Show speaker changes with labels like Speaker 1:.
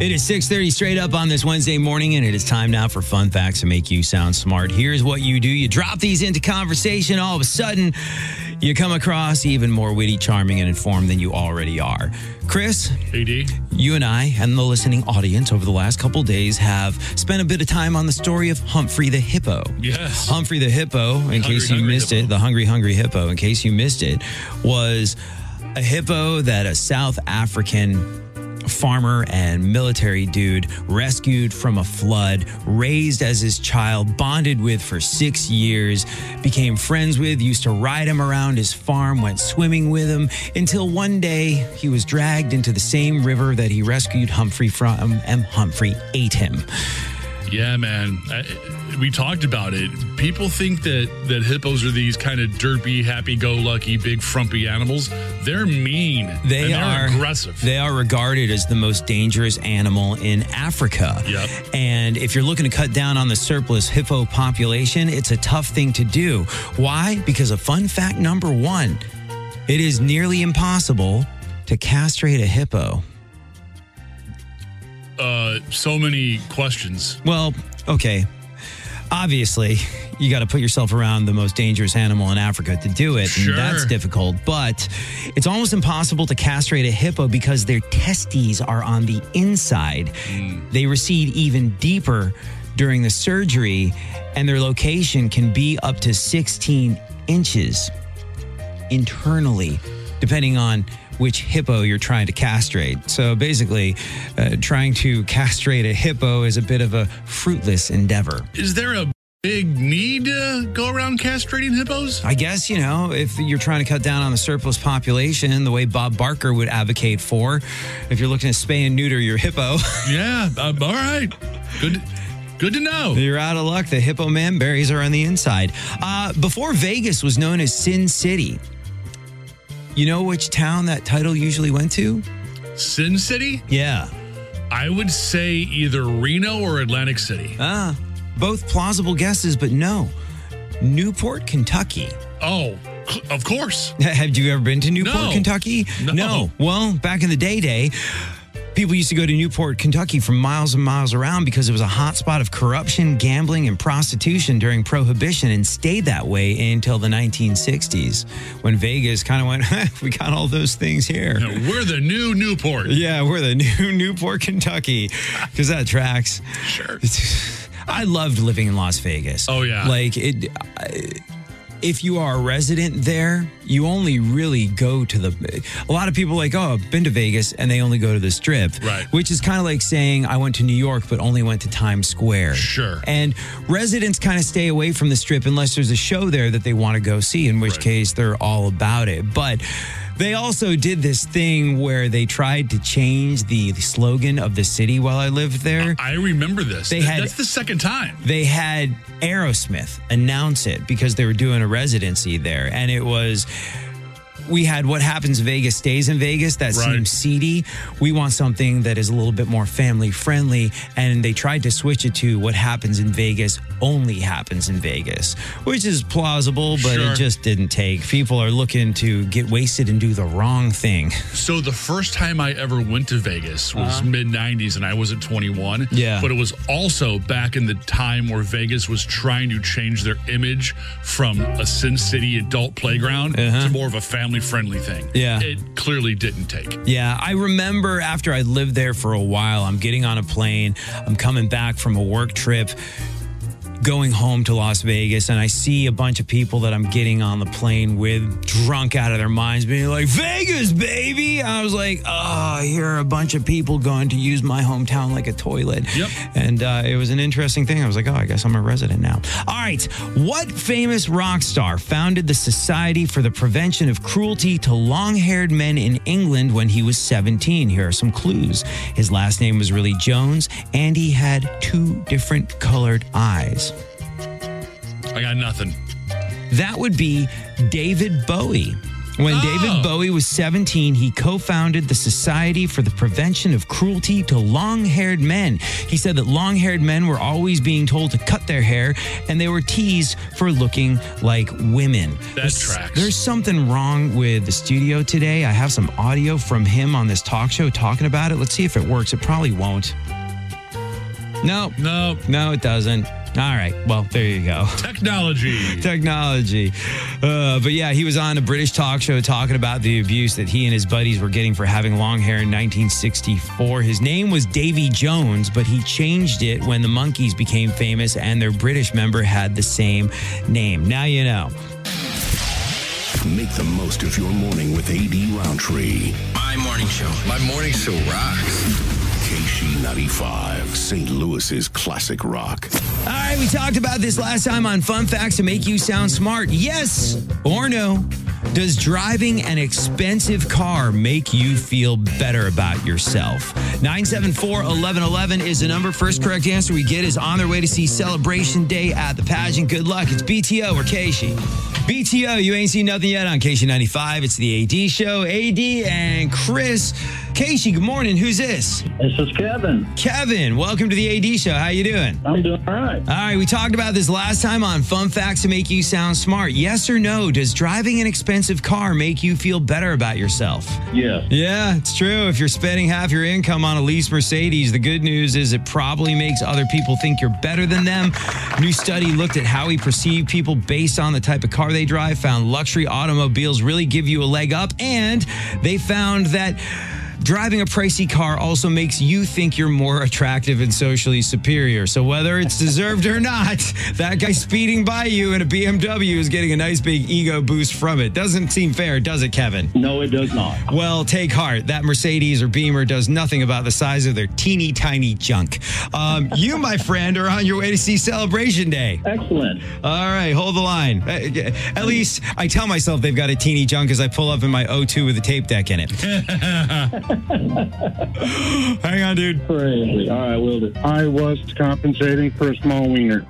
Speaker 1: It is 6:30 straight up on this Wednesday morning and it is time now for fun facts to make you sound smart. Here's what you do. You drop these into conversation all of a sudden you come across even more witty, charming and informed than you already are. Chris,
Speaker 2: AD.
Speaker 1: you and I and the listening audience over the last couple days have spent a bit of time on the story of Humphrey the hippo.
Speaker 2: Yes.
Speaker 1: Humphrey the hippo, in
Speaker 2: Hungry,
Speaker 1: case you
Speaker 2: hungry
Speaker 1: missed
Speaker 2: hippo.
Speaker 1: it, the hungry, hungry hippo, in case you missed it, was a hippo that a South African farmer and military dude rescued from a flood, raised as his child, bonded with for six years, became friends with, used to ride him around his farm, went swimming with him, until one day he was dragged into the same river that he rescued Humphrey from, and Humphrey ate him.
Speaker 2: Yeah, man. I, we talked about it. People think that that hippos are these kind of derpy, happy-go-lucky, big, frumpy animals. They're mean.
Speaker 1: They
Speaker 2: and they're
Speaker 1: are
Speaker 2: aggressive.
Speaker 1: They are regarded as the most dangerous animal in Africa.
Speaker 2: Yep.
Speaker 1: And if you're looking to cut down on the surplus hippo population, it's a tough thing to do. Why? Because of fun fact number one, it is nearly impossible to castrate a hippo.
Speaker 2: uh, so many questions.
Speaker 1: Well, okay. Obviously, you got to put yourself around the most dangerous animal in Africa to do it.
Speaker 2: Sure.
Speaker 1: And that's difficult. But it's almost impossible to castrate a hippo because their testes are on the inside. They recede even deeper during the surgery, and their location can be up to 16 inches internally, depending on which hippo you're trying to castrate. So basically, uh, trying to castrate a hippo is a bit of a fruitless endeavor.
Speaker 2: Is there a big need to go around castrating hippos?
Speaker 1: I guess, you know, if you're trying to cut down on the surplus population, the way Bob Barker would advocate for, if you're looking to spay and neuter your hippo,
Speaker 2: Yeah. Um, all right. Good. Good to know.
Speaker 1: you're out of luck. The hippo man berries are on the inside. Uh, before Vegas was known as Sin City, you know which town that title usually went to?
Speaker 2: Sin City.
Speaker 1: Yeah.
Speaker 2: I would say either Reno or Atlantic City.
Speaker 1: Ah, both plausible guesses, but no. Newport, Kentucky.
Speaker 2: Oh, cl- of course.
Speaker 1: Have you ever been to Newport,
Speaker 2: No.
Speaker 1: Kentucky?
Speaker 2: No.
Speaker 1: Well, back in the day, day. People used to go to Newport, Kentucky from miles and miles around because it was a hotspot of corruption, gambling, and prostitution during Prohibition and stayed that way until the 1960s when Vegas kind of went, we got all those things here.
Speaker 2: You know, we're the new Newport.
Speaker 1: Yeah, we're the new Newport, Kentucky, because that tracks.
Speaker 2: Sure.
Speaker 1: I loved living in Las Vegas.
Speaker 2: Oh, yeah.
Speaker 1: like it. I, if you are a resident there, you only really go to the. A lot of people like, oh, I've been to Vegas, and they only go to the Strip,
Speaker 2: Right.
Speaker 1: Which is kind of like saying I went to New York, but only went to Times Square.
Speaker 2: Sure.
Speaker 1: And residents kind of stay away from the Strip unless there's a show there that they want to go see, in which
Speaker 2: Right.
Speaker 1: case they're all about it. But. They also did this thing where they tried to change the slogan of the city while I lived there.
Speaker 2: I remember this.
Speaker 1: They
Speaker 2: Th-
Speaker 1: had-
Speaker 2: That's the second time.
Speaker 1: they had Aerosmith announce it because they were doing a residency there. And it was, we had What Happens in Vegas Stays in Vegas. That
Speaker 2: Right.
Speaker 1: seems seedy. We want something that is a little bit more family friendly. And they tried to switch it to What Happens in Vegas Only Happens in Vegas, which is plausible, but
Speaker 2: Sure.
Speaker 1: it just didn't take. People are looking to get wasted and do the wrong thing.
Speaker 2: So the first time I ever went to Vegas was mid '90s, and I was at 21.
Speaker 1: Uh-huh. Yeah.
Speaker 2: but it was also back in the time where Vegas was trying to change their image from a Sin City adult playground to more of a family-friendly thing.
Speaker 1: Uh-huh. Yeah.
Speaker 2: it clearly didn't take.
Speaker 1: Yeah, I remember after I lived there for a while, I'm getting on a plane, I'm coming back from a work trip, going home to Las Vegas, and I see a bunch of people that I'm getting on the plane with drunk out of their minds, being like, Vegas, baby. I was like, oh, here are a bunch of people going to use my hometown like a toilet.
Speaker 2: Yep.
Speaker 1: And uh, it was an interesting thing. I was like, oh, I guess I'm a resident now. All right. What famous rock star founded the Society for the Prevention of Cruelty to Long Haired Men in England when he was 17? Here are some clues. His last name was really Jones, and he had two different colored eyes.
Speaker 2: I got nothing.
Speaker 1: That would be David Bowie. When
Speaker 2: Oh.
Speaker 1: David Bowie was 17, he co founded the Society for the Prevention of Cruelty to Long Haired Men. He said that long haired men were always being told to cut their hair and they were teased for looking like women. there's,
Speaker 2: tracks.
Speaker 1: There's something wrong with the studio today. I have some audio from him on this talk show talking about it. Let's see if it works. It probably won't. No,
Speaker 2: No,
Speaker 1: no, it doesn't. All right. Well, there you go
Speaker 2: technology.
Speaker 1: technology. Uh, but yeah, he was on a British talk show talking about the abuse that he and his buddies were getting for having long hair in 1964. His name was Davy Jones, but he changed it when the Monkees became famous and their British member had the same name. Now you know.
Speaker 3: Make the most of your morning with AD Roundtree.
Speaker 4: My morning show. My morning show rocks.
Speaker 3: KC95, St. Louis's classic rock.
Speaker 1: All right, we talked about this last time on Fun Facts to make you sound smart. Yes or no? Does driving an expensive car make you feel better about yourself? 974 1111 is the number. First correct answer we get is on their way to see Celebration Day at the pageant. Good luck. It's BTO or Casey. BTO, you ain't seen nothing yet on KC95. It's the AD show. AD and Chris. Casey, good morning. Who's this?
Speaker 5: This is Kevin.
Speaker 1: Kevin. Welcome to the AD show. How you doing?
Speaker 5: I'm doing all right.
Speaker 1: All right, we talked about this last time on Fun Facts to Make You Sound Smart. Yes or no, does driving an expensive car make you feel better about yourself?
Speaker 5: Yeah.
Speaker 1: Yeah, it's true. If you're spending half your income on a lease Mercedes, the good news is it probably makes other people think you're better than them. New study looked at how we perceive people based on the type of car they drive, found luxury automobiles really give you a leg up, and they found that driving a pricey car also makes you think you're more attractive and socially superior. So whether it's deserved or not, that guy speeding by you in a BMW is getting a nice big ego boost from it. Doesn't seem fair, does it, Kevin?
Speaker 5: No, it does not.
Speaker 1: Well, take heart. That Mercedes or Beamer does nothing about the size of their teeny tiny junk. Um, you, my friend, are on your way to see Celebration Day.
Speaker 5: Excellent.
Speaker 1: All right, hold the line. Uh, At least I tell myself they've got a teeny junk as I pull up in my O2 with a tape deck in it. Hang on, dude.
Speaker 5: Crazy. All right, will do.
Speaker 6: I was compensating for a small wiener.